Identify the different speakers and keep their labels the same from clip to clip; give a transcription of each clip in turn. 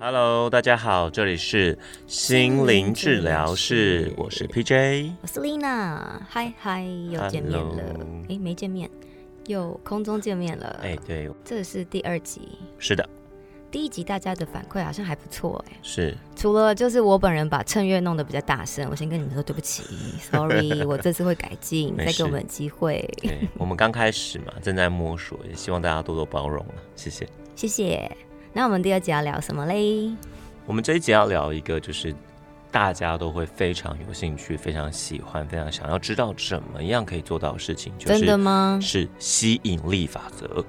Speaker 1: Hello，大家好，这里是心灵治疗室，我是 PJ。
Speaker 2: 我是 Lina，嗨嗨，又见面了
Speaker 1: Hello，
Speaker 2: 诶，没见面，又空中见面了。
Speaker 1: 哎、对，
Speaker 2: 这是第二集，
Speaker 1: 是的，
Speaker 2: 第一集大家的反馈好像还不错哎、
Speaker 1: 是
Speaker 2: 除了就是我本人把趁月弄得比较大声，我先跟你们说对不 起，sorry，我这次会改进，
Speaker 1: 没
Speaker 2: 再
Speaker 1: 事
Speaker 2: 给我们机会，
Speaker 1: 对。我们刚开始嘛，正在摸索，也希望大家多多包容啊，谢谢。
Speaker 2: 谢谢。那我们第二集要聊什么嘞？
Speaker 1: 我们这一集要聊一个，就是大家都会非常有兴趣、非常喜欢、非常想要知道怎么样可以做到的事情，就
Speaker 2: 真的
Speaker 1: 是
Speaker 2: 吗？
Speaker 1: 是吸引力法则。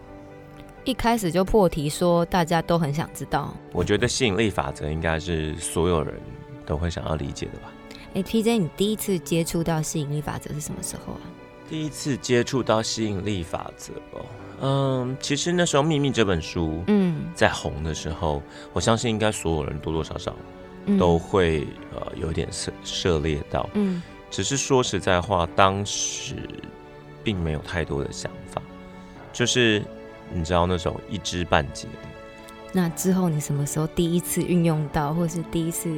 Speaker 2: 一开始就破题说大家都很想知道。
Speaker 1: 我觉得吸引力法则应该是所有人都会想要理解的吧。
Speaker 2: 哎、p j 你第一次接触到吸引力法则是什么时候啊？
Speaker 1: 第一次接触到吸引力法则哦，嗯，其实那时候《秘密》这本书
Speaker 2: 嗯，
Speaker 1: 在红的时候，我相信应该所有人多多少少
Speaker 2: 嗯
Speaker 1: 都会呃有点涉涉猎到，
Speaker 2: 嗯
Speaker 1: 只是说实在话，当时并没有太多的想法，就是你知道那种一知半解的，
Speaker 2: 那之后你什么时候第一次运用到，或是第一次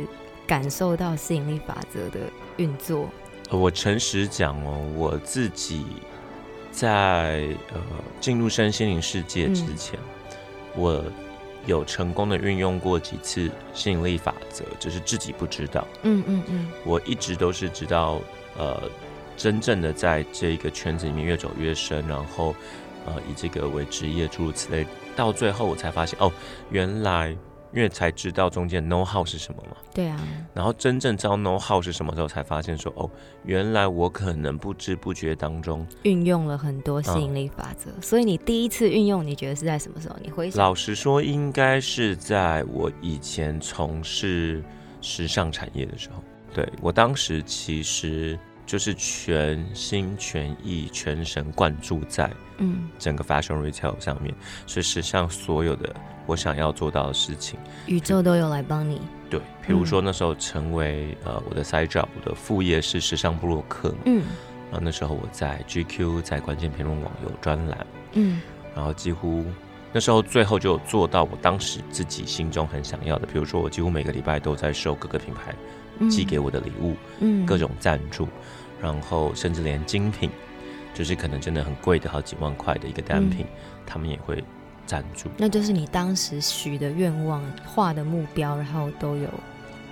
Speaker 2: 感受到吸引力法则的运作？
Speaker 1: 呃我诚实讲哦，我自己在呃进入身心灵世界之前，我有成功的运用过几次吸引力法则，只是自己不知道。
Speaker 2: 嗯嗯嗯
Speaker 1: 我一直都是直到呃真正的在这一个圈子里面越走越深，然后呃以这个为职业诸如此类，到最后我才发现哦，原来因为才知道中间 know how 是什么嘛，
Speaker 2: 对啊，
Speaker 1: 然后真正知道 know how 是什么时候才发现说哦，原来我可能不知不觉当中，
Speaker 2: 运用了很多吸
Speaker 1: 嗯
Speaker 2: 引力法则，所以你第一次运用，你觉得是在什么时候？你回想，
Speaker 1: 老实说应该是在我以前从事时尚产业的时候，对我当时其实。就是全心全意、全神贯注在
Speaker 2: 嗯，
Speaker 1: 整个 fashion retail 上面，所以时尚所有的我想要做到的事情，
Speaker 2: 宇宙都有来帮你，
Speaker 1: 对，譬如说那时候成为、呃我的 side job 我的副业是时尚部落客嘛，
Speaker 2: 嗯
Speaker 1: 然啊后那时候我在 GQ 在关键评论网有专栏，
Speaker 2: 嗯
Speaker 1: 然后几乎那时候最后就有做到我当时自己心中很想要的，比如说我几乎每个礼拜都在收各个品牌
Speaker 2: 嗯
Speaker 1: 寄给我的礼物，
Speaker 2: 嗯
Speaker 1: 各种赞助，然后甚至连精品，就是可能真的很贵的好几万块的一个
Speaker 2: 嗯
Speaker 1: 单品，他们也会赞助。
Speaker 2: 那就是你当时许的愿望、画的目标，然后都有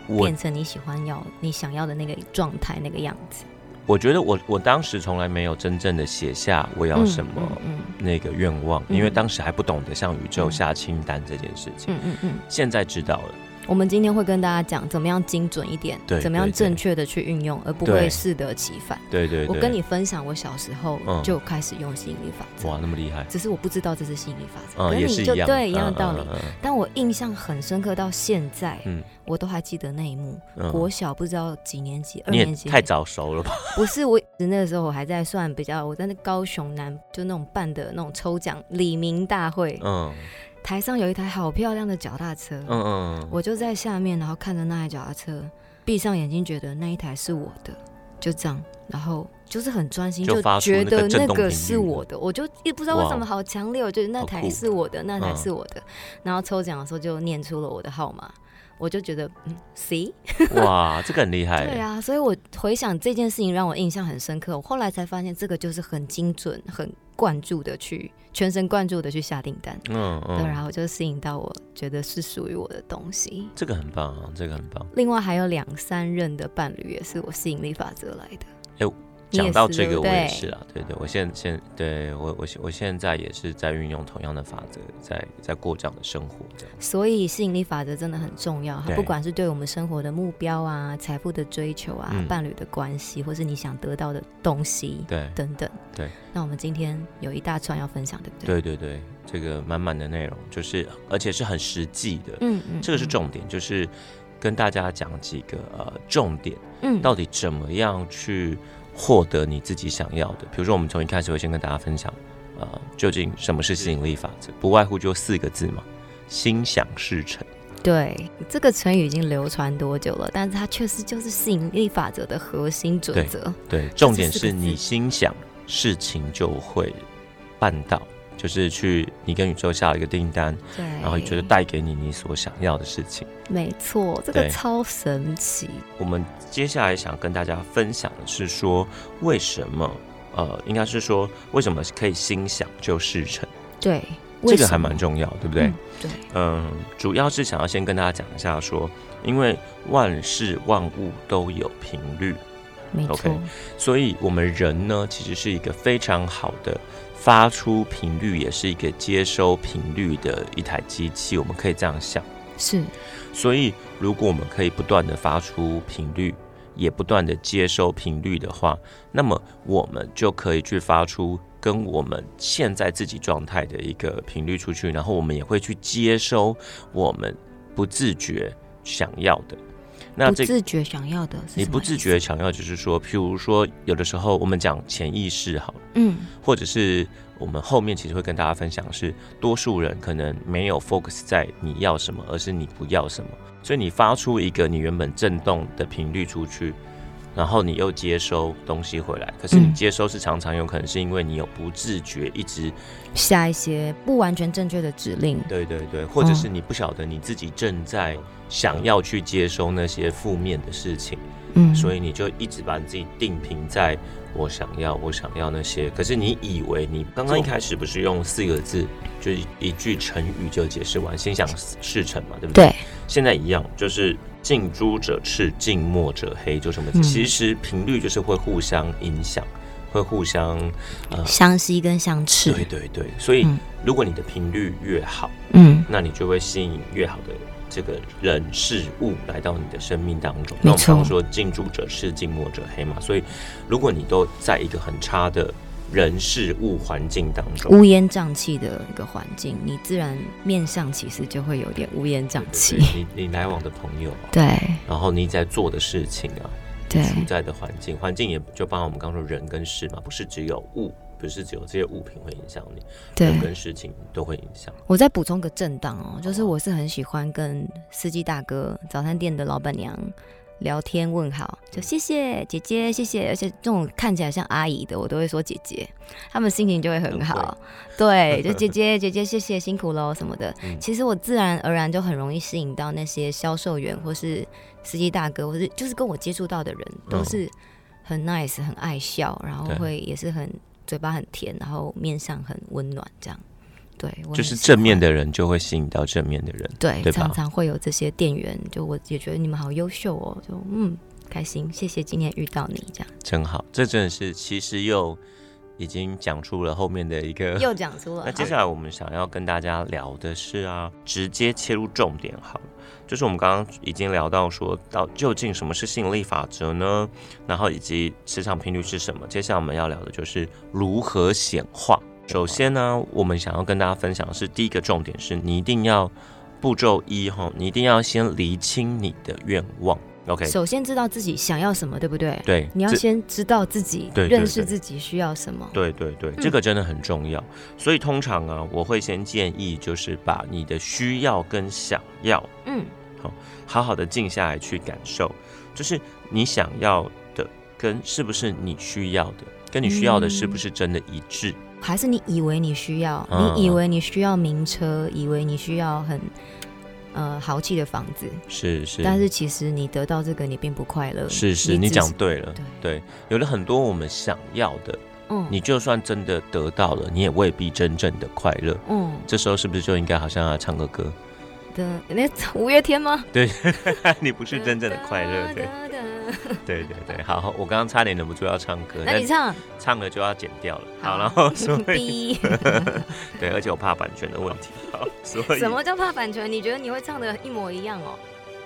Speaker 1: 我
Speaker 2: 变成你喜欢要、你想要的那个状态、那个样子。
Speaker 1: 我觉得我我当时从来没有真正的写下我要什么
Speaker 2: 嗯
Speaker 1: 那个愿望，
Speaker 2: 嗯
Speaker 1: 因为当时还不懂得向宇宙
Speaker 2: 嗯
Speaker 1: 下清单这件事情。
Speaker 2: 嗯嗯嗯嗯。
Speaker 1: 现在知道了，
Speaker 2: 我们今天会跟大家讲怎么样精准一点，
Speaker 1: 对
Speaker 2: 怎么样正确的去运用，而不
Speaker 1: 对
Speaker 2: 会适得其反。
Speaker 1: 对对
Speaker 2: 我
Speaker 1: 对，
Speaker 2: 跟你分享，我小时候
Speaker 1: 嗯
Speaker 2: 就开始用吸引力法则，
Speaker 1: 哇那么厉害，
Speaker 2: 只是我不知道这是吸引力法则，
Speaker 1: 嗯，
Speaker 2: 跟
Speaker 1: 也
Speaker 2: 你
Speaker 1: 是
Speaker 2: 就
Speaker 1: 样，
Speaker 2: 对
Speaker 1: 嗯
Speaker 2: 一样的道理。
Speaker 1: 嗯嗯
Speaker 2: 但我印象很深刻，到现在，
Speaker 1: 嗯
Speaker 2: 我都还记得那一幕。
Speaker 1: 嗯
Speaker 2: 国小不知道几年级，二
Speaker 1: 你也
Speaker 2: 年级
Speaker 1: 太早熟了吧？
Speaker 2: 不是我，那个时候我还在算比较，我在那高雄南就那种办的那种抽奖李明大会，
Speaker 1: 嗯
Speaker 2: 台上有一台好漂亮的脚踏车，
Speaker 1: 嗯嗯，
Speaker 2: 我就在下面，然后看着那台脚踏车，闭上眼睛，觉得那一台是我的，就这样，然后就是很专心，
Speaker 1: 就
Speaker 2: 就
Speaker 1: 发出那
Speaker 2: 觉
Speaker 1: 个
Speaker 2: 得
Speaker 1: 震
Speaker 2: 那
Speaker 1: 动频
Speaker 2: 个
Speaker 1: 率
Speaker 2: 是我的，我就也不知道为
Speaker 1: 哇
Speaker 2: 什
Speaker 1: 哦
Speaker 2: 么好强烈，我觉得那
Speaker 1: 好
Speaker 2: 台
Speaker 1: 酷
Speaker 2: 是我的，那台
Speaker 1: 嗯
Speaker 2: 是我的，然后抽奖的时候就念出了我的号码。我就觉得，嗯，C，
Speaker 1: 哇，这个很厉害，
Speaker 2: 对啊，所以我回想这件事情让我印象很深刻。我后来才发现，这个就是很精准、很灌注的去全神贯注的去下订单，
Speaker 1: 嗯
Speaker 2: 对，啊然
Speaker 1: 嗯，
Speaker 2: 后就吸引到我觉得是属于我的东西。
Speaker 1: 这个很棒啊，这个很棒。
Speaker 2: 另外还有两三任的伴侣也是我吸引力法则来的。
Speaker 1: 哎
Speaker 2: 你也
Speaker 1: 讲到
Speaker 2: 是
Speaker 1: 这
Speaker 2: 对
Speaker 1: 个，
Speaker 2: 不
Speaker 1: 我
Speaker 2: 对
Speaker 1: 也是啊，对对，我现现对我我现我现在也是在运用同样的法则，在在过这样的生活，这样
Speaker 2: 所以吸引力法则真的很重要，它
Speaker 1: 对
Speaker 2: 不管是对我们生活的目标啊、财富的追求啊、
Speaker 1: 嗯
Speaker 2: 伴侣的关系，或是你想得到的东西
Speaker 1: 对
Speaker 2: 等等。
Speaker 1: 对，
Speaker 2: 那我们今天有一大串要分享，对不对？
Speaker 1: 对对对，这个满满的内容，就是而且是很实际的，
Speaker 2: 嗯嗯，
Speaker 1: 这个是重点，就是跟大家讲几个呃重点，
Speaker 2: 嗯，
Speaker 1: 到底怎么样去获得你自己想要的。比如说，我们从一开始会先跟大家分享，呃，究竟什么是吸引力法则，不外乎就四个字嘛，心想事成。
Speaker 2: 对这个成语已经流传多久了？但是它确实就是吸引力法则的核心准则。
Speaker 1: 对，重点
Speaker 2: 四个
Speaker 1: 是
Speaker 2: 字
Speaker 1: 你心想，事情就会办到，就是去你跟宇宙下了一个订单，
Speaker 2: 对，
Speaker 1: 然后就是带给你你所想要的事情。
Speaker 2: 没错，这个
Speaker 1: 对
Speaker 2: 超神奇，
Speaker 1: 我们接下来想跟大家分享的是说，为什么呃，应该是说为什么可以心想就事成，
Speaker 2: 对，
Speaker 1: 这
Speaker 2: 为
Speaker 1: 个
Speaker 2: 什
Speaker 1: 还
Speaker 2: 么
Speaker 1: 蛮重要，对不对？
Speaker 2: 嗯对，
Speaker 1: 嗯，主要是想要先跟大家讲一下说，因为万事万物都有频率，
Speaker 2: 没错
Speaker 1: OK 所以我们人呢，其实是一个非常好的发出频率，也是一个接收频率的一台机器，我们可以这样想。
Speaker 2: 是
Speaker 1: 所以，如果我们可以不断的发出频率，也不断的接收频率的话，那么我们就可以去发出跟我们现在自己状态的一个频率出去，然后我们也会去接收我们不自觉想要的。那
Speaker 2: 不
Speaker 1: 这
Speaker 2: 自觉想要的是
Speaker 1: 你
Speaker 2: 什
Speaker 1: 不
Speaker 2: 么
Speaker 1: 自
Speaker 2: 意思
Speaker 1: 觉，想要，就是说，譬如说，有的时候我们讲潜意识好了，
Speaker 2: 嗯，
Speaker 1: 或者是我们后面其实会跟大家分享是，多数人可能没有 focus 在你要什么，而是你不要什么。所以你发出一个你原本震动的频率出去，然后你又接收东西回来，可是你
Speaker 2: 嗯
Speaker 1: 接收是常常有可能是因为你有不自觉一直
Speaker 2: 下一些不完全正确的指令，
Speaker 1: 对嗯对对，或者是你不晓得你自己正在想要去接收那些负面的事情。
Speaker 2: 嗯，
Speaker 1: 所以你就一直把你自己定评在我想要，我想要那些。可是你以为你刚刚一开始不是用四个字，就是一句成语就解释完，心想事成嘛，对不对？
Speaker 2: 对，
Speaker 1: 现在一样，就是近朱者赤，近墨者黑，就什么？
Speaker 2: 嗯
Speaker 1: 其实频率就是会互相影响，会互相呃，
Speaker 2: 相吸跟相斥，
Speaker 1: 对对对。所以
Speaker 2: 嗯
Speaker 1: 如果你的频率越好，
Speaker 2: 嗯，
Speaker 1: 那你就会吸引越好的这个人事物来到你的生命当中。
Speaker 2: 没
Speaker 1: 那
Speaker 2: 错
Speaker 1: 我们常说近朱者赤，近墨者黑嘛，所以如果你都在一个很差的人事物环境当中，
Speaker 2: 乌烟瘴气的一个环境，你自然面相其实就会有点乌烟瘴气
Speaker 1: 对，你你来往的朋友啊、
Speaker 2: 对
Speaker 1: 然后你在做的事情啊，
Speaker 2: 对
Speaker 1: 处在的环境，环境也就包含我们刚刚说人跟事嘛，不是只有物，不是只有这些物品会影响你，人
Speaker 2: 对。
Speaker 1: 跟事情都会影响。
Speaker 2: 我再补充个震荡哦，就是我是很喜欢跟司机大哥、早餐店的老板娘聊天问好，就谢谢姐姐，谢谢，而且这种看起来像阿姨的，我都会说姐姐，他们心情就会很好。对， 就姐姐姐姐，谢谢辛苦喽什么的。
Speaker 1: 嗯
Speaker 2: 其实我自然而然就很容易吸引到那些销售员或是司机大哥，或是就是跟我接触到的人，都是很 nice、很爱笑，然后
Speaker 1: 对
Speaker 2: 会也是很嘴巴很甜，然后面上很温暖这样。对，我很
Speaker 1: 就是
Speaker 2: 喜
Speaker 1: 正面
Speaker 2: 欢
Speaker 1: 的人就会吸引到正面的人，
Speaker 2: 对，
Speaker 1: 对吧
Speaker 2: 常常会有这些店员，就我也觉得你们好优秀哦，就嗯开心，谢谢今天遇到你这样，
Speaker 1: 真好。这真的是其实又已经讲出了后面的一 个
Speaker 2: 又讲出了
Speaker 1: 那，接
Speaker 2: 好
Speaker 1: 下来我们想要跟大家聊的是啊，直接切入重点好了，就是我们刚刚已经聊到说到究竟什么是吸引力法则呢？然后以及磁场频率是什么？接下来我们要聊的就是如何显化。首先呢，我们想要跟大家分享的是第一个重点是你一定要步骤一哈，你一定要先厘清你的愿望。OK，
Speaker 2: 首先知道自己想要什么，对不对？
Speaker 1: 对，
Speaker 2: 你要
Speaker 1: 这
Speaker 2: 先知道自己，
Speaker 1: 对对
Speaker 2: 认识
Speaker 1: 对
Speaker 2: 自己需要什么。
Speaker 1: 对对对，
Speaker 2: 嗯
Speaker 1: 这个真的很重要。所以通常啊，我会先建议就是把你的需要跟想要
Speaker 2: 嗯，
Speaker 1: 好好的静下来去感受，就是你想要的跟是不是你需要的，跟你需要的
Speaker 2: 嗯
Speaker 1: 是不是真的一致？
Speaker 2: 还是你以为你需要，
Speaker 1: 嗯
Speaker 2: 你以为你需要名车，以为你需要很呃豪气的房子，
Speaker 1: 是是，
Speaker 2: 但是其实你得到这个你并不快乐。
Speaker 1: 是是，你
Speaker 2: 只
Speaker 1: 讲
Speaker 2: 是
Speaker 1: 对了，对，有了很多我们想要的，
Speaker 2: 嗯
Speaker 1: 你就算真的得到了，你也未必真正的快乐。
Speaker 2: 嗯
Speaker 1: 这时候是不是就应该好像要唱个歌？
Speaker 2: 的那五月天吗？
Speaker 1: 你不是真正的快乐，对
Speaker 2: 哒哒哒
Speaker 1: 对对对。好，我刚刚差点忍不住要唱歌，
Speaker 2: 那你唱
Speaker 1: 唱了就要剪掉了。好，
Speaker 2: 好
Speaker 1: 然后 所以
Speaker 2: 逼？
Speaker 1: 对，而且我怕版权的问题。 好，所以
Speaker 2: 什么叫怕版权？你觉得你会唱的一模一样哦？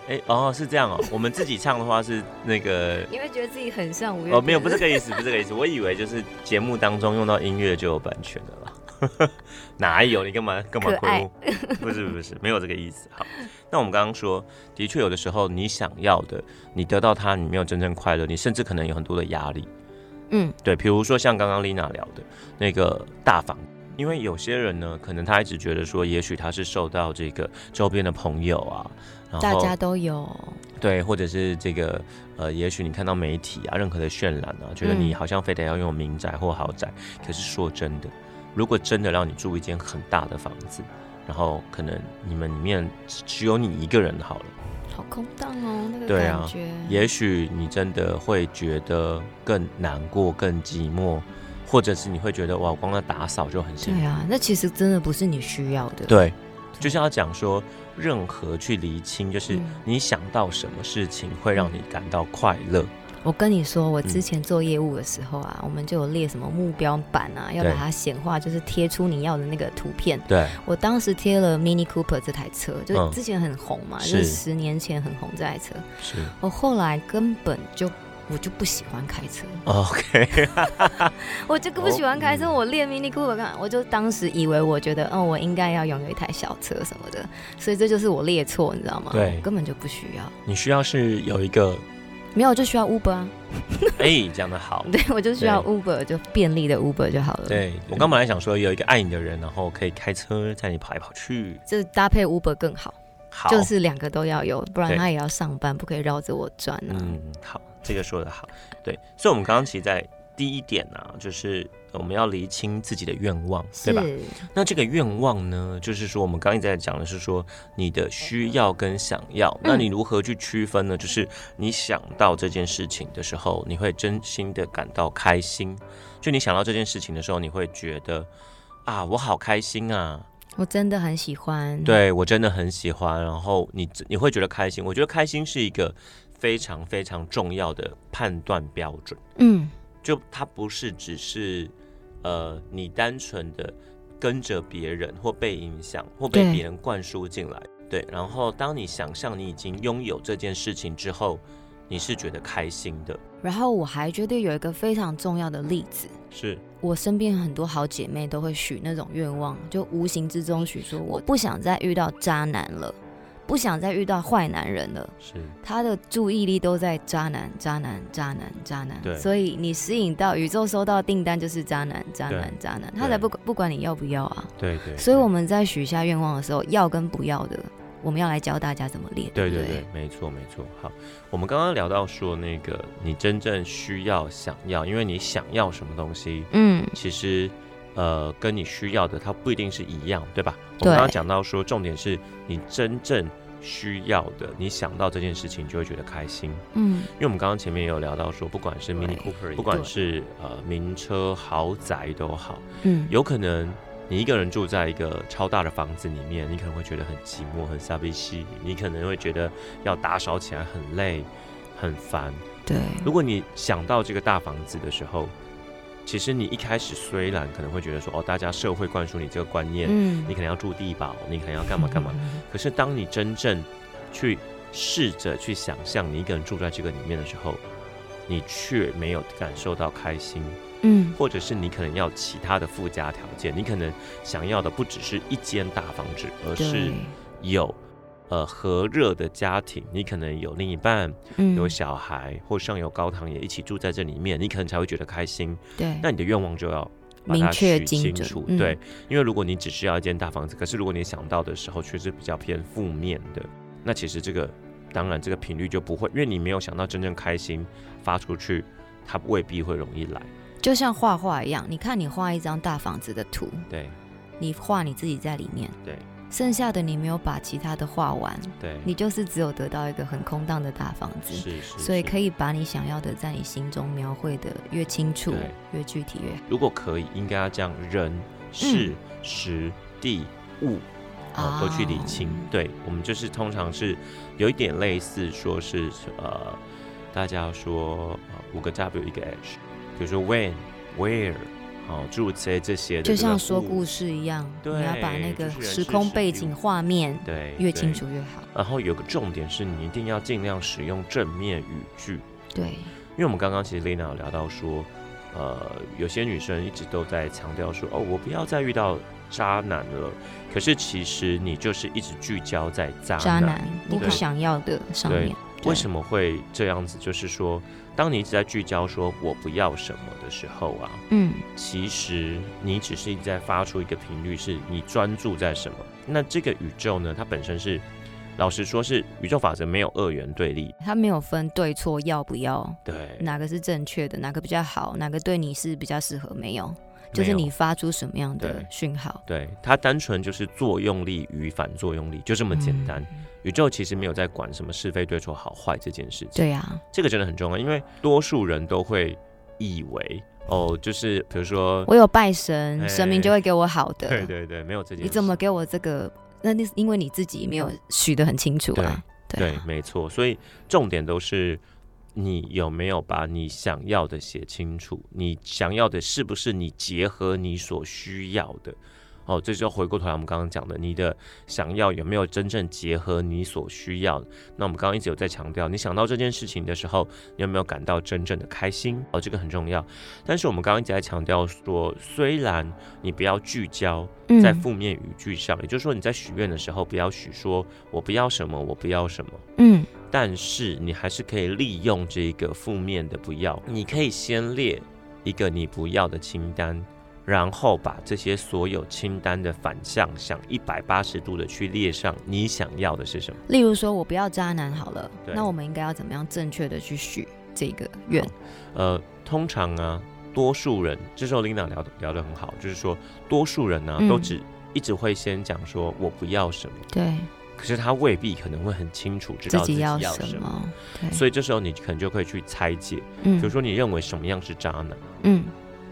Speaker 1: 哎、哦，是这样哦。我们自己唱的话是那个
Speaker 2: 你会觉得自己很像五月天？
Speaker 1: 哦，没有，不是这个意思，不是这个意思。我以为就是节目当中用到音乐就有版权的了啦， 哪有？你干嘛干嘛
Speaker 2: 可爱
Speaker 1: 哭？不是不是，没有这个意思。好，那我们刚刚说，的确有的时候你想要的，你得到它，你没有真正快乐，你甚至可能有很多的压力。
Speaker 2: 嗯，
Speaker 1: 对，比如说像刚刚丽娜聊的那个大房，因为有些人呢，可能他一直觉得说，也许他是受到这个周边的朋友啊，然
Speaker 2: 大
Speaker 1: 后
Speaker 2: 家都有，
Speaker 1: 对，或者是这个呃，也许你看到媒体啊，任何的渲染啊，觉得
Speaker 2: 嗯
Speaker 1: 你好像非得要拥有民宅或豪宅，可是说真的，如果真的让你住一间很大的房子，然后可能你们里面只只有你一个人好了，
Speaker 2: 好空荡哦，那个
Speaker 1: 对啊
Speaker 2: 感觉。
Speaker 1: 也许你真的会觉得更难过、更寂寞，或者是你会觉得哇，光那打扫就很辛苦
Speaker 2: 对。啊，那其实真的不是你需要的。
Speaker 1: 对，就是要讲说，任何去厘清，就是
Speaker 2: 嗯
Speaker 1: 你想到什么事情会让你感到快乐。
Speaker 2: 我跟你说，我
Speaker 1: 嗯
Speaker 2: 之前做业务的时候啊，我们就有列什么目标板啊，要
Speaker 1: 对
Speaker 2: 把它显化，就是贴出你要的那个图片。
Speaker 1: 对，
Speaker 2: 我当时贴了 Mini Cooper 这台车，就
Speaker 1: 嗯
Speaker 2: 之前很红嘛，
Speaker 1: 是
Speaker 2: 就是十年前很红这台车。
Speaker 1: 是
Speaker 2: 我后来根本就我就不喜欢开车，
Speaker 1: OK，
Speaker 2: 我就不喜欢开车。
Speaker 1: 哦嗯
Speaker 2: 我练 Mini Cooper 干嘛，我就当时以为我觉得，嗯，我应该要拥有一台小车什么的，所以这就是我列错，你知道吗？
Speaker 1: 对
Speaker 2: 我根本就不需要，
Speaker 1: 你需要是有一 个，
Speaker 2: 没有我就需要 Uber 啊，
Speaker 1: 哎，讲的好。
Speaker 2: 对我就需要
Speaker 1: 对
Speaker 2: Uber 就便利的 Uber 就好了。，
Speaker 1: 对我刚本来想说有一个爱你的人，然后可以开车载你跑来跑去。
Speaker 2: 这搭配 Uber 更好，
Speaker 1: 好，
Speaker 2: 就是两个都要有，不然
Speaker 1: 对
Speaker 2: 他也要上班，不可以绕着我转啊。
Speaker 1: 嗯，好，这个说的好。对，所以我们刚刚其实在第一点呢、啊，就是我们要厘清自己的愿望，对
Speaker 2: 是
Speaker 1: 吧？那这个愿望呢，就是说我们刚一直在讲的是说你的需要跟想要，那你如何去区分呢？就是你想到这件事情的时候，你会真心的感到开心；就你想到这件事情的时候，你会觉得啊，我好开心啊，
Speaker 2: 我真的很喜欢。，
Speaker 1: 对我真的很喜欢。然后你你会觉得开心，我觉得开心是一个非常非常重要的判断标准。
Speaker 2: 嗯，
Speaker 1: 就它不是只是呃你单纯的跟着别人或被影响或被
Speaker 2: 对
Speaker 1: 别人灌输进来，对。然后当你想象你已经拥有这件事情之后，你是觉得开心的，
Speaker 2: 然后我还觉得有一个非常重要的例子，
Speaker 1: 是
Speaker 2: 我身边很多好姐妹都会许那种愿望，就无形之中许说我不想再遇到渣男了，不想再遇到坏男人了。
Speaker 1: 是
Speaker 2: 她的注意力都在渣男、渣男、渣男、渣
Speaker 1: 对
Speaker 2: 男，所以你吸引到宇宙收到订单就是渣男、渣男、渣男，他才不不管你要不要啊。
Speaker 1: 对对
Speaker 2: 所以我们在许下愿望的时候，要跟不要的，我们要来教大家怎么列。
Speaker 1: 对
Speaker 2: 不
Speaker 1: 对对，没错没错。好，我们刚刚聊到说那个你真正需要想要，因为你想要什么东西，
Speaker 2: 嗯，
Speaker 1: 其实呃跟你需要的它不一定是一样，对吧？我
Speaker 2: 对
Speaker 1: 们刚刚讲到说，重点是你真正需要的，你想到这件事情就会觉得开心。
Speaker 2: 嗯，
Speaker 1: 因为我们刚刚前面也有聊到说，不管是 Mini
Speaker 2: 对
Speaker 1: Cooper，不管
Speaker 2: 对
Speaker 1: 是呃名车、豪宅都好，
Speaker 2: 嗯，
Speaker 1: 有可能。你一个人住在一个超大的房子里面，你可能会觉得很寂寞、很傻逼兮，你可能会觉得要打扫起来很累、很烦。
Speaker 2: 对，
Speaker 1: 如果你想到这个大房子的时候，其实你一开始虽然可能会觉得说，哦，大家社会灌输你这个观念，
Speaker 2: 嗯
Speaker 1: 你可能要住地堡，你可能要干嘛干嘛。？可是当你真正去试着去想象你一个人住在这个里面的时候，你却没有感受到开心，
Speaker 2: 嗯，
Speaker 1: 或者是你可能要其他的附加条件，你可能想要的不只是一间大房子，而是
Speaker 2: 对，
Speaker 1: 有呃和热的家庭，你可能有另一半，
Speaker 2: 嗯
Speaker 1: 有小孩或上有高堂也一起住在这里面，你可能才会觉得开心。
Speaker 2: 对，
Speaker 1: 那你的愿望就要把
Speaker 2: 明
Speaker 1: 它
Speaker 2: 确
Speaker 1: 许
Speaker 2: 精
Speaker 1: 清
Speaker 2: 准
Speaker 1: 楚，
Speaker 2: 嗯
Speaker 1: 对，因为如果你只是要一间大房子，可是如果你想到的时候却是比较偏负面的，那其实这个当然这个频率就不会，因为你没有想到真正开心发出去，它未必会容易来。
Speaker 2: 就像画画一样，你看你画一张大房子的图，
Speaker 1: 对
Speaker 2: 你画你自己在里面，
Speaker 1: 对，
Speaker 2: 剩下的你没有把其他的画完，
Speaker 1: 对，
Speaker 2: 你就是只有得到一个很空荡的大房子。
Speaker 1: 是是，
Speaker 2: 所以
Speaker 1: 是
Speaker 2: 可以把你想要的在你心中描绘的越清楚
Speaker 1: 对、
Speaker 2: 越具体越好
Speaker 1: 如果可以，应该要这样人事时地物。啊、都去理清。对我们就是通常是有一点类似，说是呃，大家说、呃、五个 W 一个 H，比如说 when、where，哦，诸如此类这些的，
Speaker 2: 就像
Speaker 1: 对吧
Speaker 2: 说
Speaker 1: 物
Speaker 2: 故事一样，
Speaker 1: 对
Speaker 2: 你要把那个
Speaker 1: 就是人
Speaker 2: 时空
Speaker 1: 事
Speaker 2: 背
Speaker 1: 时
Speaker 2: 景
Speaker 1: 地
Speaker 2: 画面
Speaker 1: 对
Speaker 2: 越清。
Speaker 1: 对
Speaker 2: 楚越好。
Speaker 1: 然后有个重点是你一定要尽量使用正面语句，
Speaker 2: 对，
Speaker 1: 因为我们刚刚其实 Lina 有聊到说，呃，有些女生一直都在强调说，哦，我不要再遇到渣男了。可是其实你就是一直聚焦在
Speaker 2: 渣男，你
Speaker 1: 对
Speaker 2: 不想要的上
Speaker 1: 对
Speaker 2: 面，
Speaker 1: 为什么会这样子？就是说，当你一直在聚焦说我不要什么的时候啊，
Speaker 2: 嗯，
Speaker 1: 其实你只是一直在发出一个频率，是你专注在什么。那这个宇宙呢，它本身是，老实说是宇宙法则没有二元对立，
Speaker 2: 他没有分对错，要不要，
Speaker 1: 对，
Speaker 2: 哪个是正确的，哪个比较好，哪个对你是比较适合，没有。就是
Speaker 1: 没有
Speaker 2: 你发出什么样的
Speaker 1: 对
Speaker 2: 讯号，
Speaker 1: 对，它单纯就是作用力与反作用力，就这
Speaker 2: 这
Speaker 1: 么简单。
Speaker 2: 嗯
Speaker 1: 宇宙其实没有在管什么是非对错好坏这件事情。
Speaker 2: 对啊，
Speaker 1: 这个真的很重要，因为多数人都会以为哦，就是比如说，
Speaker 2: 我有拜神，神明
Speaker 1: 哎
Speaker 2: 就会给我好的。
Speaker 1: 对对对，没有这件事，
Speaker 2: 你怎么给我这个？那那是因为你自己没有许的很清楚啊。对
Speaker 1: 对
Speaker 2: 啊，
Speaker 1: 没错。所以重点都是你有没有把你想要的写清楚，你想要的是不是你结合你所需要的。哦，这就回过头来我们刚刚讲的，你的想要有没有真正结合你所需要的？那我们刚刚一直有在强调，你想到这件事情的时候，你有没有感到真正的开心？哦，这个很重要。但是我们刚刚一直在强调说，虽然你不要聚焦，在
Speaker 2: 嗯
Speaker 1: 负面语句上，也就是说你在许愿的时候不要许说我不要什么，我不要什么，
Speaker 2: 嗯
Speaker 1: 但是你还是可以利用这个负面的不要，你可以先列一个你不要的清单，然后把这些所有清单的反向想一百八十度的去列上你想要的是什么。
Speaker 2: 例如说我不要渣男好了，
Speaker 1: 对
Speaker 2: 那我们应该要怎么样正确的去许这个愿？
Speaker 1: 呃，通常啊，多数人这时候琳 i 聊的聊得很好，就是说多数人呢、
Speaker 2: 嗯
Speaker 1: 都只一直会先讲说我不要什么。
Speaker 2: 对
Speaker 1: 可是他未必可能会很清楚知
Speaker 2: 自
Speaker 1: 道自己
Speaker 2: 要
Speaker 1: 要
Speaker 2: 什
Speaker 1: 什么，
Speaker 2: 么？对，
Speaker 1: 所以这时候你可能就可以去拆解，
Speaker 2: 嗯
Speaker 1: 比如说你认为什么样是渣男，
Speaker 2: 嗯，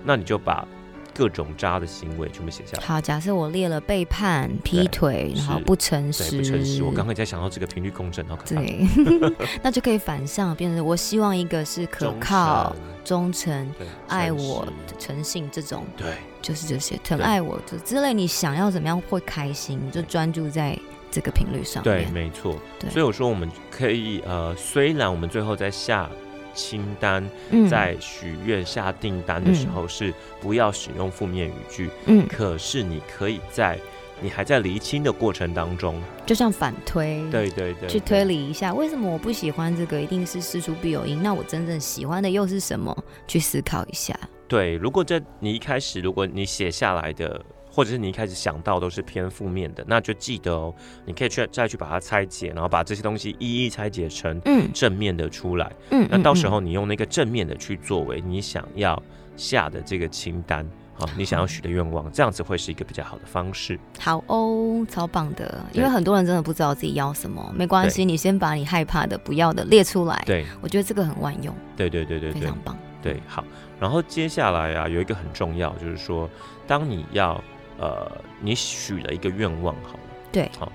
Speaker 1: 那你就把各种渣的行为全部写下来。
Speaker 2: 好，假设我列了背叛、劈
Speaker 1: 对
Speaker 2: 腿，然后
Speaker 1: 是
Speaker 2: 不诚
Speaker 1: 对，
Speaker 2: 实，
Speaker 1: 不诚实。我刚才在想到这个频率共振，好可怕。
Speaker 2: 对，那就可以反向变成我希望一个是可
Speaker 1: 忠
Speaker 2: 靠、
Speaker 1: 诚
Speaker 2: 忠诚、
Speaker 1: 对，
Speaker 2: 爱
Speaker 1: 诚实
Speaker 2: 我、诚信这种，
Speaker 1: 对，
Speaker 2: 就是这些疼
Speaker 1: 对
Speaker 2: 爱我就之类，你想要怎么样会开心，你就专注在这个频率上
Speaker 1: 对，
Speaker 2: 面。
Speaker 1: 没错
Speaker 2: 对。
Speaker 1: 所以我说我们可以呃，虽然我们最后在下清单、
Speaker 2: 嗯
Speaker 1: 在许愿下订单的时候是不要使用负面语句，
Speaker 2: 嗯，
Speaker 1: 可是你可以在你还在厘清的过程当中，
Speaker 2: 就像反推，
Speaker 1: 对对对，
Speaker 2: 嗯
Speaker 1: 对
Speaker 2: 去推理一下，为什么我不喜欢这个？一定是事出必有因。那我真正喜欢的又是什么？去思考一下。
Speaker 1: 对，如果这你一开始，如果你写下来的，或者是你一开始想到都是偏负面的，那就记得哦，你可以去再去把它拆解，然后把这些东西一一拆解成
Speaker 2: 嗯
Speaker 1: 正面的出来。
Speaker 2: 嗯，
Speaker 1: 那
Speaker 2: 嗯
Speaker 1: 到时
Speaker 2: 嗯
Speaker 1: 候你用那个正面的去作为你想要下的这个清单。好，你想要许的愿望，这样子会是一个比较好的方式。
Speaker 2: 好哦，超棒的！因
Speaker 1: 对
Speaker 2: 为很多人真的不知道自己要什么，没关系，你先把你害怕的、不要的列出来。
Speaker 1: 对，
Speaker 2: 我觉得这个很万用，
Speaker 1: 对，对，对，对，
Speaker 2: 哎非
Speaker 1: 对
Speaker 2: 常，棒。
Speaker 1: 对，好。然后接下来啊，有一个很重要，就是说，当你要呃，你许了一个愿望，好了，
Speaker 2: 对，
Speaker 1: 好。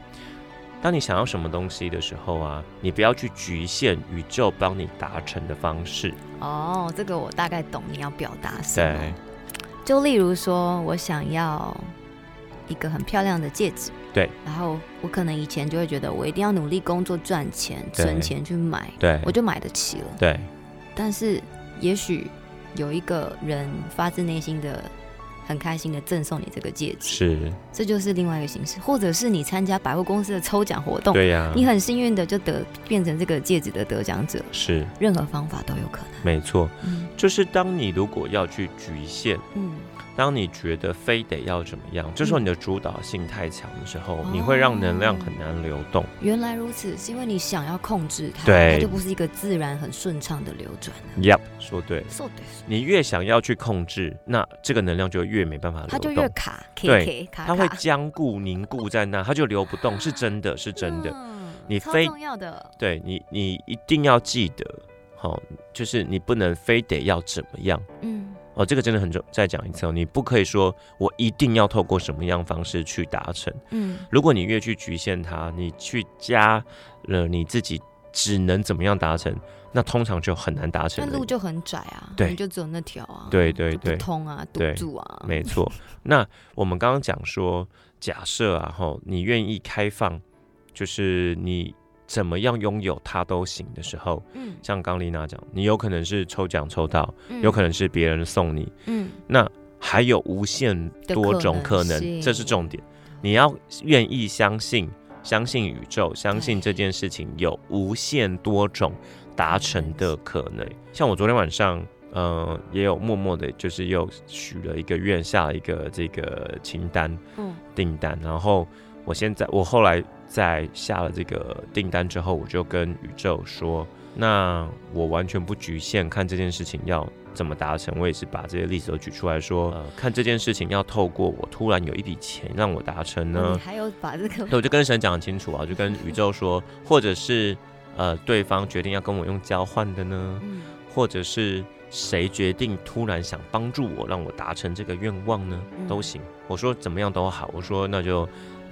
Speaker 1: 当你想要什么东西的时候啊，你不要去局限宇宙帮你达成的方式。
Speaker 2: 哦，这个我大概懂你要表达什
Speaker 1: 对
Speaker 2: 么。就例如说，我想要一个很漂亮的戒指，
Speaker 1: 对，
Speaker 2: 然后我可能以前就会觉得我一定要努力工作赚钱、
Speaker 1: 对
Speaker 2: 存钱去买，
Speaker 1: 对
Speaker 2: 我就买得起了。
Speaker 1: 对
Speaker 2: 但是也许有一个人发自内心的、很开心的赠送你这个戒指，
Speaker 1: 是，
Speaker 2: 这就是另外一个形式，或者是你参加百货公司的抽奖活动，
Speaker 1: 对啊呀、
Speaker 2: 你很幸运的就得变成这个戒指的得奖者，
Speaker 1: 是
Speaker 2: 任何方法都有可能。
Speaker 1: 没错。
Speaker 2: 嗯
Speaker 1: 就是当你如果要去局限，
Speaker 2: 嗯，
Speaker 1: 当你觉得非得要怎么样，这时候你的主导性太强的时候，你会
Speaker 2: 哦
Speaker 1: 让能量很难流动。
Speaker 2: 原来如此，是因为你想要控制它，
Speaker 1: 对嗯
Speaker 2: 它就不是一个自然很顺畅的流转了。
Speaker 1: Yep，说对了。
Speaker 2: 说对，
Speaker 1: 你越想要去控制，那这个能量就越没办法
Speaker 2: 它
Speaker 1: 流
Speaker 2: 就
Speaker 1: 动，
Speaker 2: 越卡，K
Speaker 1: 对
Speaker 2: K 卡
Speaker 1: 它
Speaker 2: 卡，
Speaker 1: 会僵固凝固在那，它就流不动，是真的，是真的。
Speaker 2: 嗯
Speaker 1: 你
Speaker 2: 超
Speaker 1: 非
Speaker 2: 重要的，
Speaker 1: 对你，你一定要记得，好、就是你不能非得要怎么样
Speaker 2: 嗯，
Speaker 1: 哦，这个真的很重。再讲一次哦，你不可以说我一定要透过什么样方式去达成。
Speaker 2: 嗯，
Speaker 1: 如果你越去局限它，你去加了你自己只能怎么样达成，那通常就很难达
Speaker 2: 那
Speaker 1: 成了
Speaker 2: 路。就很窄啊，
Speaker 1: 对
Speaker 2: 你就只有那条啊，
Speaker 1: 对对
Speaker 2: 就不
Speaker 1: 对
Speaker 2: 通啊，堵
Speaker 1: 对
Speaker 2: 住啊，
Speaker 1: 没错。那我们刚刚讲说，假设啊，吼，你愿意开放，就是你怎么样拥有它都行的时候，
Speaker 2: 嗯，
Speaker 1: 像刚丽娜讲，你有可能是抽奖抽到，
Speaker 2: 嗯
Speaker 1: 有可，能是别人送你，
Speaker 2: 嗯，
Speaker 1: 那还有无限多种可
Speaker 2: 的可能
Speaker 1: 能，
Speaker 2: 性
Speaker 1: 这是重点。你要愿意相信，相信宇宙，相信这件事情有无限多种达成的可能。像我昨天晚上，呃，也有默默的，就是又许了一个愿，下了一个这个清单
Speaker 2: 嗯
Speaker 1: 订单，然后我现在我后来在下了这个订单之后，我就跟宇宙说，那我完全不局限看这件事情要怎么达成，我也是把这些例子都举出来说，呃，看这件事情要透过我突然有一笔钱让我达成
Speaker 2: 哦
Speaker 1: 呢
Speaker 2: 你，还有把 这个
Speaker 1: 对，我就跟神讲得清楚啊，就跟宇宙说，或者是呃对方决定要跟我用交换的呢，
Speaker 2: 嗯
Speaker 1: 或者是谁决定突然想帮助我，让我达成这个愿望呢？
Speaker 2: 嗯
Speaker 1: 都行。我说怎么样都好，我说那就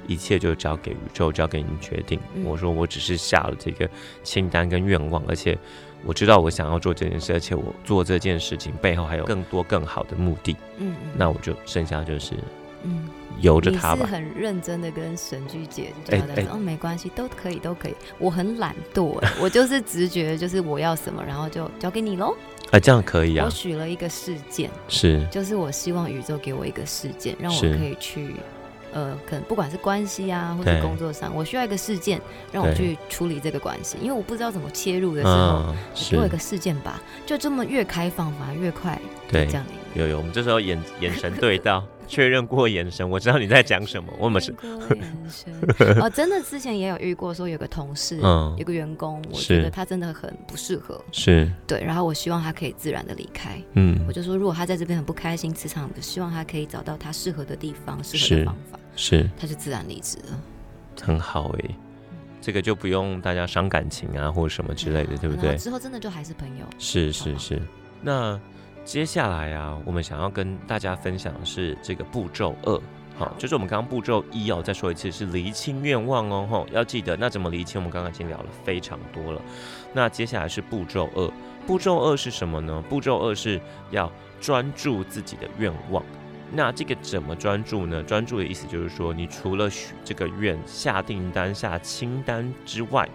Speaker 1: 一切就交给宇宙，交给你们决定。
Speaker 2: 嗯
Speaker 1: 我说我只是下了这个清单跟愿望，而且我知道我想要做这件事，而且我做这件事情背后还有更多更好的目的。
Speaker 2: 嗯嗯
Speaker 1: 那我就剩下就是
Speaker 2: 嗯，
Speaker 1: 由着
Speaker 2: 你
Speaker 1: 他
Speaker 2: 是
Speaker 1: 吧。
Speaker 2: 很认真的跟神去解
Speaker 1: 哎
Speaker 2: 这交代
Speaker 1: 哎
Speaker 2: 说，哦没关系，都可以都可以，我很懒惰欸，我就是直觉就是我要什么，然后就交给你喽。
Speaker 1: 啊、这样可以啊
Speaker 2: 我，许了一个事件，
Speaker 1: 是
Speaker 2: 就是我希望宇宙给我一个事件，让我
Speaker 1: 是
Speaker 2: 可以去，呃，可能不管是关系啊，或
Speaker 1: 对
Speaker 2: 是工作上，我需要一个事件让我
Speaker 1: 对
Speaker 2: 去处理这个关系，因为我不知道怎么切入的时候，
Speaker 1: 嗯，
Speaker 2: 给我一
Speaker 1: 是
Speaker 2: 个事件吧，就这么越开放反而越快，
Speaker 1: 对
Speaker 2: 这。样的。
Speaker 1: 有有，我们这时候眼眼神对到，确认过眼神，我知道你在讲什么。我们是
Speaker 2: 哦，真的之前也有遇过，说有个同事，
Speaker 1: 嗯
Speaker 2: 有个员工，我
Speaker 1: 是
Speaker 2: 觉得他真的很不适合，
Speaker 1: 是
Speaker 2: 对，然后我希望他可以自然的离开。我
Speaker 1: 嗯
Speaker 2: 就说，如果他在这边很不开心，磁场，我希望他可以找到他适合的地方、适合
Speaker 1: 是
Speaker 2: 的方法，
Speaker 1: 是
Speaker 2: 他就自然离职了，
Speaker 1: 很好哎、这个就不用大家伤感情啊或者什么之类的，对不
Speaker 2: 然
Speaker 1: 对
Speaker 2: 后？啊之后真的就还是朋友，
Speaker 1: 是是
Speaker 2: 好
Speaker 1: 是。那接下来啊，我们想要跟大家分享的是这个步骤二。好，就是我们刚刚步骤一哦，再说一次是厘清愿望哦，吼，要记得。那怎么厘清？我们刚刚已经聊了非常多了。那接下来是步骤二，步骤二是什么呢？步骤二是要专注自己的愿望。那这个怎么专注呢？专注的意思就是说，你除了许这个愿、下订单、下清单之外，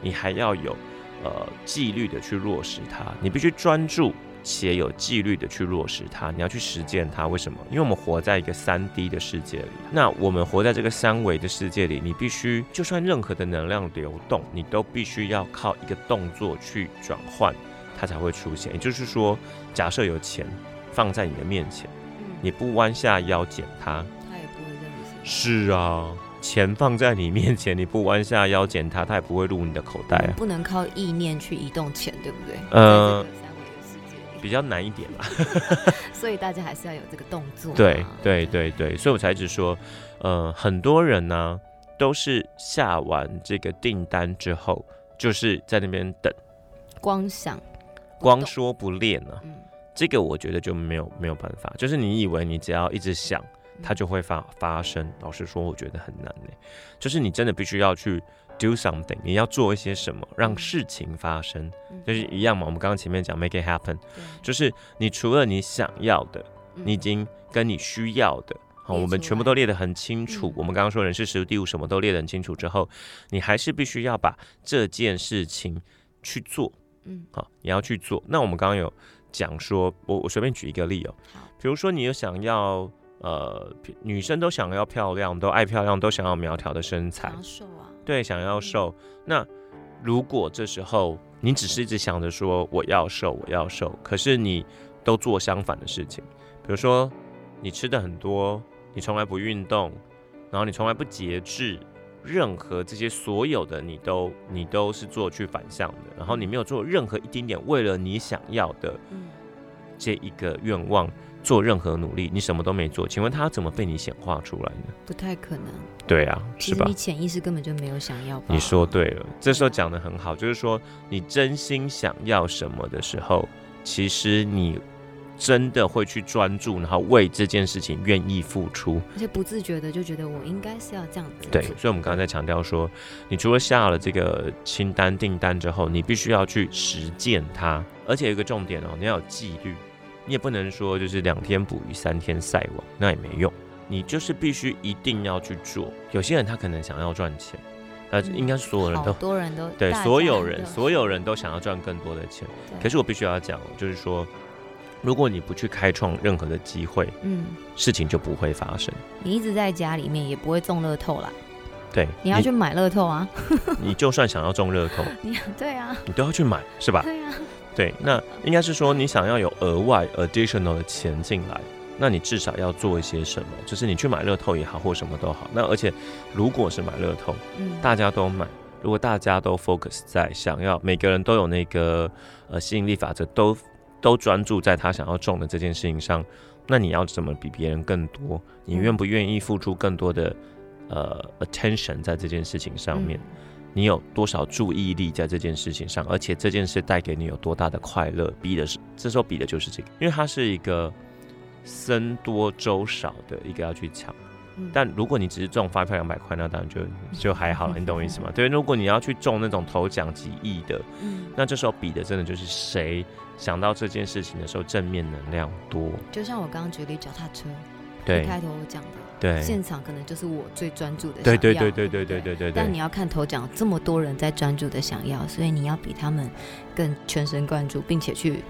Speaker 1: 你还要有呃纪律的去落实它，你必须专注且有纪律的去落实它，你要去实践它。为什么？因为我们活在一个三 D 的世界里，那我们活在这个三维的世界里，你必须就算任何的能量流动，你都必须要靠一个动作去转换，它才会出现。也就是说，假设有钱放在你的面前，
Speaker 2: 嗯，
Speaker 1: 你不弯下腰捡它，
Speaker 2: 他也不会这样子，
Speaker 1: 是啊。钱放在你面前，你不弯下腰捡它，它也不会入你的口袋
Speaker 2: 我
Speaker 1: 啊
Speaker 2: 们。不能靠意念去移动钱，对不对？
Speaker 1: 呃
Speaker 2: 在这个三维的世界
Speaker 1: 比较难一点啦。
Speaker 2: 里， 所以大家还是要有这个动作嘛，
Speaker 1: 对对对对，所以我才一直说，呃，很多人呢都是下完这个订单之后，就是在那边等，
Speaker 2: 光想，不
Speaker 1: 光
Speaker 2: 动
Speaker 1: 说不练啊。
Speaker 2: 嗯，
Speaker 1: 这个我觉得就没有没有办法，就是你以为你只要一直想，它就会发发生。老实说，我觉得很难呢、就是你真的必须要去 do something，你要做一些什么，让事情发生。
Speaker 2: 嗯
Speaker 1: 就是一样嘛，我们刚刚前面讲 make it happen，
Speaker 2: 对
Speaker 1: 就是你除了你想要的，
Speaker 2: 嗯
Speaker 1: 你已经跟你需要的，好，
Speaker 2: 列
Speaker 1: 我们
Speaker 2: 出
Speaker 1: 全部
Speaker 2: 来
Speaker 1: 都列得很清楚。
Speaker 2: 嗯
Speaker 1: 我们刚刚说人事实地物什么都列得很清楚之后，你还是必须要把这件事情去做，
Speaker 2: 嗯
Speaker 1: 好，你要去做。那我们刚刚有讲说，我我随便举一个例哦，
Speaker 2: 好，
Speaker 1: 比如说你有想要。呃，比女生都想要漂亮，都爱漂亮，都想要苗条的身材
Speaker 2: 享，受啊，
Speaker 1: 对，想要
Speaker 2: 嗯
Speaker 1: 瘦。那如果这时候你只是一直想着说我要瘦，我要瘦，可是你都做相反的事情，比如说你吃的很多，你从来不运动，然后你从来不节制，任何这些所有的你都你都是做去反向的，然后你没有做任何一丁点为了你想要的
Speaker 2: 嗯，
Speaker 1: 这一个愿望做任何努力，你什么都没做，请问他怎么被你显化出来呢？
Speaker 2: 不太可能，
Speaker 1: 对啊，
Speaker 2: 其
Speaker 1: 是
Speaker 2: 实
Speaker 1: 吧
Speaker 2: 你？潜意识根本就没有想要吧，
Speaker 1: 你说对了，这时候讲的很好，就是说你真心想要什么的时候，其实你真的会去专注，然后为这件事情愿意付出。
Speaker 2: 而且不自觉的就觉得我应该是要这样子，
Speaker 1: 对，所以我们刚才在强调说，你除了下了这个清单订单之后，你必须要去实践它，而且有一个重点哦，你要有纪律，你也不能说就是两天捕鱼三天晒网，那也没用，你就是必须一定要去做。有些人他可能想要赚钱，呃，
Speaker 2: 嗯
Speaker 1: 应该是所有人
Speaker 2: 好
Speaker 1: 都
Speaker 2: 多人都
Speaker 1: 对，
Speaker 2: 大
Speaker 1: 所
Speaker 2: 家
Speaker 1: 有
Speaker 2: 都
Speaker 1: 人，
Speaker 2: 是
Speaker 1: 所有人都想要赚更多的钱。
Speaker 2: 对
Speaker 1: 可是我必须要讲，就是说，如果你不去开创任何的机会，
Speaker 2: 嗯，
Speaker 1: 事情就不会发生。
Speaker 2: 你一直在家里面也不会中乐透啦，
Speaker 1: 对，
Speaker 2: 你要去买乐透啊，
Speaker 1: 你，你就算想要中乐透，
Speaker 2: 你对啊，
Speaker 1: 你都要去买，是吧？
Speaker 2: 对啊，
Speaker 1: 对，那应该是说你想要有额外 additional 的钱进来，那你至少要做一些什么？就是你去买乐透也好，或什么都好。那而且如果是买乐透，
Speaker 2: 嗯，
Speaker 1: 大家都买，如果大家都 focus 在想要每个人都有那个呃吸引力法则，都都专注在他想要中的这件事情上，那你要怎么比别人更多？你愿不愿意付出更多的呃 attention 在这件事情上
Speaker 2: 嗯
Speaker 1: 面？你有多少注意力在这件事情上，而且这件事带给你有多大的快乐，比的是这时候比的就是这个，因为它是一个僧多粥少的一个要去抢。
Speaker 2: 嗯，
Speaker 1: 但如果你只是中发票两百块，那当然就就还好了，你懂我意思吗？对，如果你要去中那种头奖几亿的，
Speaker 2: 嗯，
Speaker 1: 那这时候比的真的就是谁想到这件事情的时候正面能量多。
Speaker 2: 就像我刚刚举例脚踏车，一
Speaker 1: 对
Speaker 2: 开头我讲的，
Speaker 1: 对
Speaker 2: 现场可能就是我最专注的，
Speaker 1: 对对对对对对。对对
Speaker 2: 但
Speaker 1: 对
Speaker 2: 你要看头奖这么多人在专注的想要，所以你要比他们更全神贯注，并且去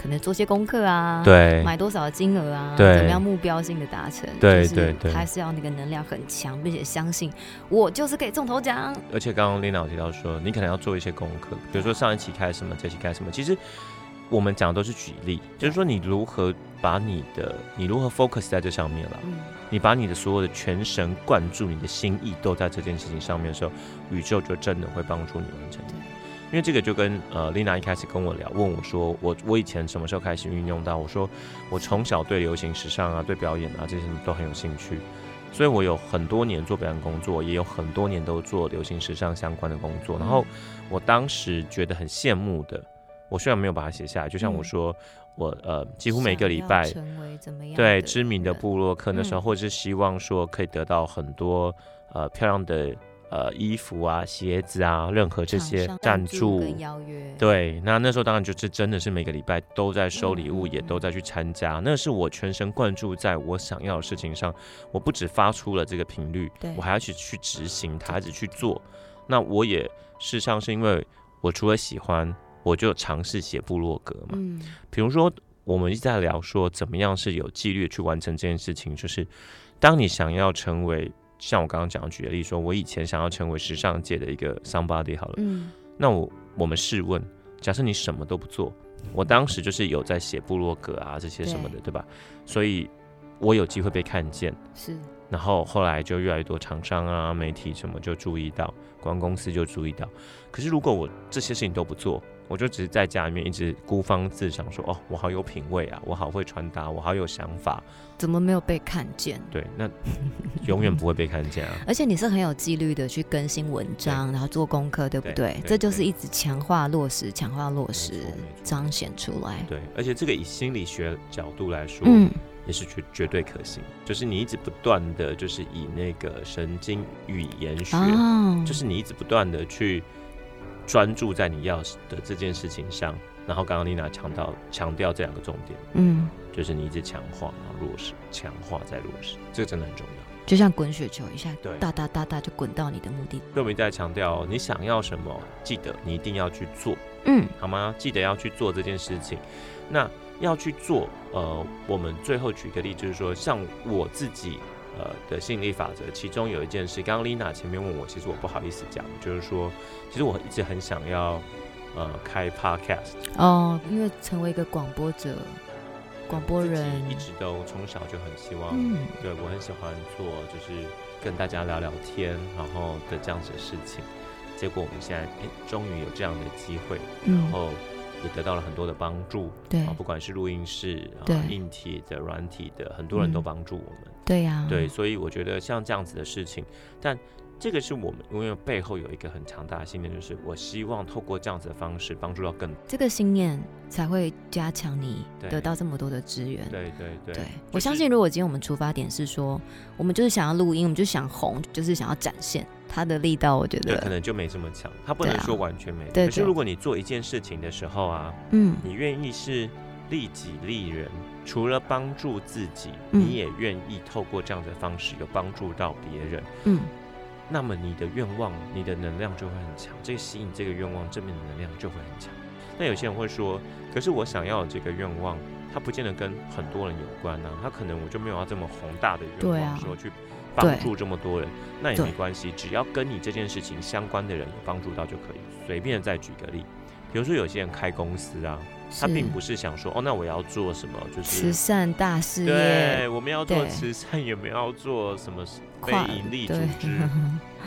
Speaker 2: 可能做些功课啊，，
Speaker 1: 对
Speaker 2: 买多少金额啊，
Speaker 1: 对
Speaker 2: 怎么样目标性的达成，
Speaker 1: 对
Speaker 2: 就是
Speaker 1: 对对
Speaker 2: 还是要那个能量很强，并且相信我就是可以中头奖，
Speaker 1: 而且刚刚 Lina 有提到说，你可能要做一些功课，比如说上一期开什么，这期开什么。其实我们讲的都是举例，就是说你如何把你的你如何 focus 在这上面了。
Speaker 2: 嗯，
Speaker 1: 你把你的所有的全神贯注，你的心意都在这件事情上面的时候，宇宙就真的会帮助你完成
Speaker 2: 对。
Speaker 1: 因为这个就跟呃丽娜一开始跟我聊，问我说我我以前什么时候开始运用到？我说我从小对流行时尚啊、对表演啊这些什么都很有兴趣，所以我有很多年做表演工作，也有很多年都做流行时尚相关的工
Speaker 2: 嗯
Speaker 1: 作。然后我当时觉得很羡慕的，我虽然没有把它写下来，就像我
Speaker 2: 嗯
Speaker 1: 说，我呃几乎每个礼
Speaker 2: 想
Speaker 1: 拜
Speaker 2: 要成为怎么样
Speaker 1: 对知名的
Speaker 2: 人
Speaker 1: 部落客那时候，
Speaker 2: 嗯
Speaker 1: 或者是希望说可以得到很多呃漂亮的呃衣服啊、鞋子啊，任何这
Speaker 2: 厂
Speaker 1: 些
Speaker 2: 商
Speaker 1: 赞助。
Speaker 2: 跟邀约，
Speaker 1: 对，那那时候当然就是真的是每个礼拜都在收礼物，
Speaker 2: 嗯嗯
Speaker 1: 也都在去参加。那是我全神贯注在我想要的事情上，我不只发出了这个频率
Speaker 2: 对，
Speaker 1: 我还要去去执行它，一直去做。那我也事实上是因为我除了喜欢，我就尝试写部落格嘛。
Speaker 2: 嗯，
Speaker 1: 比如说，我们一直在聊说怎么样是有纪律去完成这件事情，就是当你想要成为，像我刚刚讲的举的例说，我以前想要成为时尚界的一个 somebody 好了，
Speaker 2: 嗯
Speaker 1: 那我我们试问，假设你什么都不做，我当时就是有在写部落格啊这些什么的，对吧？所以我有机会被看见。
Speaker 2: 是，
Speaker 1: 然后后来就越来越多厂商啊、媒体什么就注意到，广告公司就注意到。可是如果我这些事情都不做，我就只是在家里面一直孤芳自赏说，哦，我好有品味啊，我好会穿搭，我好有想法。
Speaker 2: 怎么没有被看见？
Speaker 1: 对，那永远不会被看见啊。
Speaker 2: 而且你是很有纪律的去更新文章，然后做功课，对不
Speaker 1: 对
Speaker 2: 对？
Speaker 1: 对
Speaker 2: 这就是
Speaker 1: 对
Speaker 2: 一直强化落实，强化落实
Speaker 1: 没错没，错
Speaker 2: 彰显出来。
Speaker 1: 对，而且这个以心理学角度来说，
Speaker 2: 嗯，
Speaker 1: 也是绝绝对可行。就是你一直不断的，就是以那个神经语言学，
Speaker 2: 哦，
Speaker 1: 就是你一直不断的去专注在你要的这件事情上。然后刚刚丽娜强调强调这两个重点，
Speaker 2: 嗯，
Speaker 1: 就是你一直强化，然后落实，强化再落实，这个真的很重要。
Speaker 2: 就像滚雪球一下，
Speaker 1: 对
Speaker 2: 哒哒哒哒就滚到你的目的地。
Speaker 1: 所以我们一直在强调，你想要什么，记得你一定要去做，
Speaker 2: 嗯，
Speaker 1: 好吗？记得要去做这件事情。那要去做，呃，我们最后举个例，就是说，像我自己，呃的吸引力法则，其中有一件事，刚刚丽娜前面问我，其实我不好意思讲，就是说，其实我一直很想要，呃，开 podcast，
Speaker 2: 哦，因为成为一个广播者、广播
Speaker 1: 自己
Speaker 2: 人，
Speaker 1: 一直都从小就很希望，
Speaker 2: 嗯，
Speaker 1: 对我很喜欢做，就是跟大家聊聊天，然后的这样子的事情。结果我们现在哎，终于有这样的机会，然
Speaker 2: 嗯，
Speaker 1: 后也得到了很多的帮助
Speaker 2: 对
Speaker 1: 啊，不管是录音室啊
Speaker 2: 对、
Speaker 1: 硬体的、软体的，很多人都
Speaker 2: 嗯
Speaker 1: 帮助我们。
Speaker 2: 对呀，
Speaker 1: 对，，所以我觉得像这样子的事情，但这个是我们因为背后有一个很强大的信念，就是我希望透过这样子的方式帮助到更
Speaker 2: 这个信念才会加强你
Speaker 1: 对
Speaker 2: 得到这么多的资源。
Speaker 1: 对对对
Speaker 2: 对，
Speaker 1: 就
Speaker 2: 我相
Speaker 1: 是
Speaker 2: 信，如果今天我们出发点是说，我们就是想要录音，我们就想红，就是想要展现它的力道，我觉
Speaker 1: 对，可
Speaker 2: 得，
Speaker 1: 能就没这么强，他不
Speaker 2: 对
Speaker 1: 能
Speaker 2: 啊
Speaker 1: 说完全没有。
Speaker 2: 对
Speaker 1: 可是
Speaker 2: 对
Speaker 1: 如果你做一件事情的时候啊，
Speaker 2: 嗯，
Speaker 1: 你愿意是利己利人，除了帮助自己，
Speaker 2: 嗯
Speaker 1: 你也愿意透过这样的方式有帮助到别人，
Speaker 2: 嗯，
Speaker 1: 那么你的愿望、你的能量就会很强，这个吸引这个愿望正面的能量就会很强。那有些人会说，可是我想要的这个愿望，它不见得跟很多人有关啊，它可能我就没有要这么宏大的愿
Speaker 2: 对
Speaker 1: 望，
Speaker 2: 啊
Speaker 1: 说去
Speaker 2: 对
Speaker 1: 帮助这么多人，那也
Speaker 2: 对
Speaker 1: 没关系，只要跟你这件事情相关的人有帮助到就可以。随便再举个例，比如说有些人开公司啊，他
Speaker 2: 是
Speaker 1: 并不是想说哦，那我要做什么，就
Speaker 2: 慈
Speaker 1: 是
Speaker 2: 善大事业，
Speaker 1: 对，我们要做
Speaker 2: 对
Speaker 1: 慈善，也没有要做什么非
Speaker 2: 跨
Speaker 1: 盈利组
Speaker 2: 对
Speaker 1: 织。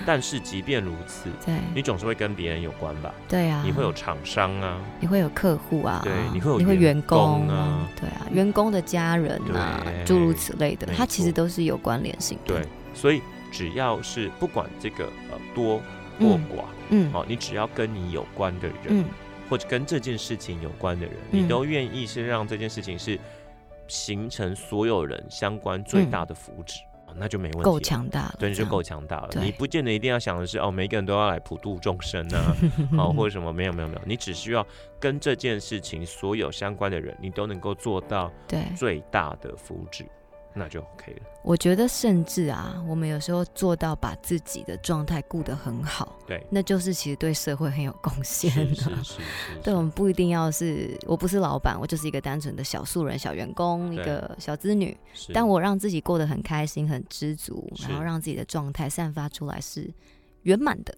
Speaker 1: 但是即便如此，
Speaker 2: 对
Speaker 1: 你总是会跟别人有关吧？
Speaker 2: 对啊，嗯
Speaker 1: 你会有厂商啊，
Speaker 2: 你会有客户啊，
Speaker 1: 对你会有
Speaker 2: 员
Speaker 1: 员工啊
Speaker 2: 对啊，员工的家人啊
Speaker 1: 对，
Speaker 2: 诸如此类的
Speaker 1: 没，
Speaker 2: 它其实
Speaker 1: 错
Speaker 2: 都是有关联性的。
Speaker 1: 对，，所以只要是不管这个呃多或
Speaker 2: 嗯
Speaker 1: 寡，
Speaker 2: 嗯
Speaker 1: 哦，你只要跟你有关的人，
Speaker 2: 嗯，
Speaker 1: 或者跟这件事情有关的人，
Speaker 2: 嗯
Speaker 1: 你都愿意是让这件事情是形成所有人相关最大的福祉，哦那就没问题，
Speaker 2: 嗯够，强大了，
Speaker 1: 对，你
Speaker 2: 这
Speaker 1: 就
Speaker 2: 样
Speaker 1: 够强大了。
Speaker 2: 对
Speaker 1: 你不见得一定要想的是哦，每一个人都要来普度众生 啊，哦，或者什么，没有没有没有，你只需要跟这件事情所有相关的人，你都能够做到
Speaker 2: 对。
Speaker 1: 最大的福祉，那就 OK 了。
Speaker 2: 我觉得甚至啊，我们有时候做到把自己的状态顾得很好，
Speaker 1: 对，
Speaker 2: 那就是其实对社会很有贡献
Speaker 1: 是是
Speaker 2: 的、
Speaker 1: 是是是，
Speaker 2: 对，我们不一定要是我不是老板，我就是一个单纯的小素人、小员工，一
Speaker 1: 对
Speaker 2: 个小资女。
Speaker 1: 是
Speaker 2: 但我让自己过得很开心、很知足，然后
Speaker 1: 是
Speaker 2: 让自己的状态散发出来是圆满的，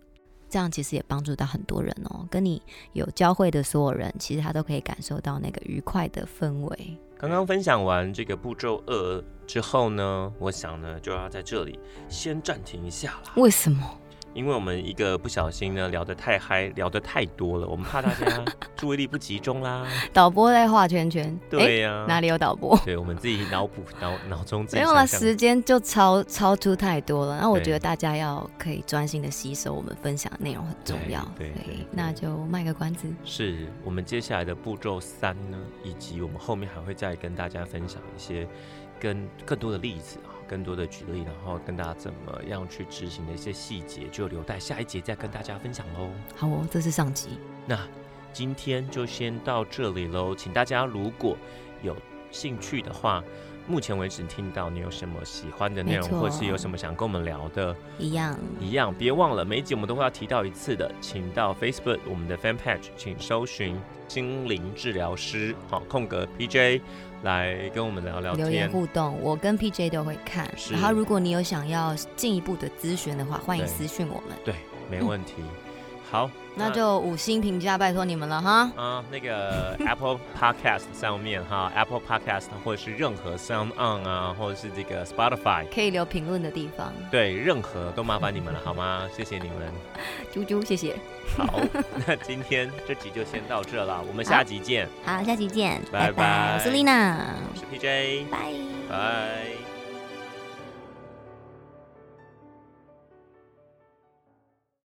Speaker 2: 这样其实也帮助到很多人哦。跟你有交汇的所有人，其实他都可以感受到那个愉快的氛围。
Speaker 1: 刚刚分享完这个步骤二之后呢，我想呢就要在这里先暂停一下啦，
Speaker 2: 为什么？
Speaker 1: 因为我们一个不小心呢聊得太嗨，聊得太多了，我们怕大家注意力不集中 啦。
Speaker 2: 导播在画圈圈？诶
Speaker 1: 对啊呀、
Speaker 2: 哪里有导播？
Speaker 1: 对，我们自己脑补脑脑中自己
Speaker 2: 没有啦，
Speaker 1: 想象
Speaker 2: 时间就超超出太多了。那我
Speaker 1: 对
Speaker 2: 觉得大家要可以专心的吸收我们分享的内容很重
Speaker 1: 对
Speaker 2: 要。
Speaker 1: 对
Speaker 2: 所
Speaker 1: 对
Speaker 2: 以
Speaker 1: 对
Speaker 2: 那就卖个关子。
Speaker 1: 是我们接下来的步骤三呢，以及我们后面还会再跟大家分享一些跟更多的例子啊，更多的举例，然后跟大家怎么样去执行的一些细节，就留待下一节再跟大家分享喽。
Speaker 2: 好哦，这是上集。
Speaker 1: 那今天就先到这里喽，请大家如果有兴趣的话，目前为止听到你有什么喜欢的内容
Speaker 2: 没，错
Speaker 1: 或是有什么想跟我们聊的，
Speaker 2: 一样，
Speaker 1: 一样别忘了每一集我们都会要提到一次的，请到 Facebook 我们的 Fan Page，请搜寻心灵治疗师好空格 PJ 来跟我们聊聊
Speaker 2: 留言
Speaker 1: 天。
Speaker 2: 互动，我跟 PJ 都会看。
Speaker 1: 是
Speaker 2: 然后，如果你有想要进一步的咨询的话，欢迎
Speaker 1: 对
Speaker 2: 私讯我们。
Speaker 1: 对，没问 题。好，
Speaker 2: 那就五星评价，拜托你们了哈。
Speaker 1: 啊、那个 Apple Podcast 上面哈，Apple Podcast 或者是任何 Sound On 啊，或者是这个 Spotify，
Speaker 2: 可以留评论的地方，
Speaker 1: 对，任何都麻烦你 们了，好吗？谢谢你们。
Speaker 2: 啾啾，谢谢。
Speaker 1: 好，那今天这集就先到这了，我们下集见。
Speaker 2: 好，下期见，
Speaker 1: 拜拜
Speaker 2: 我是丽娜，
Speaker 1: 我是 PJ，
Speaker 2: 拜。
Speaker 1: 拜。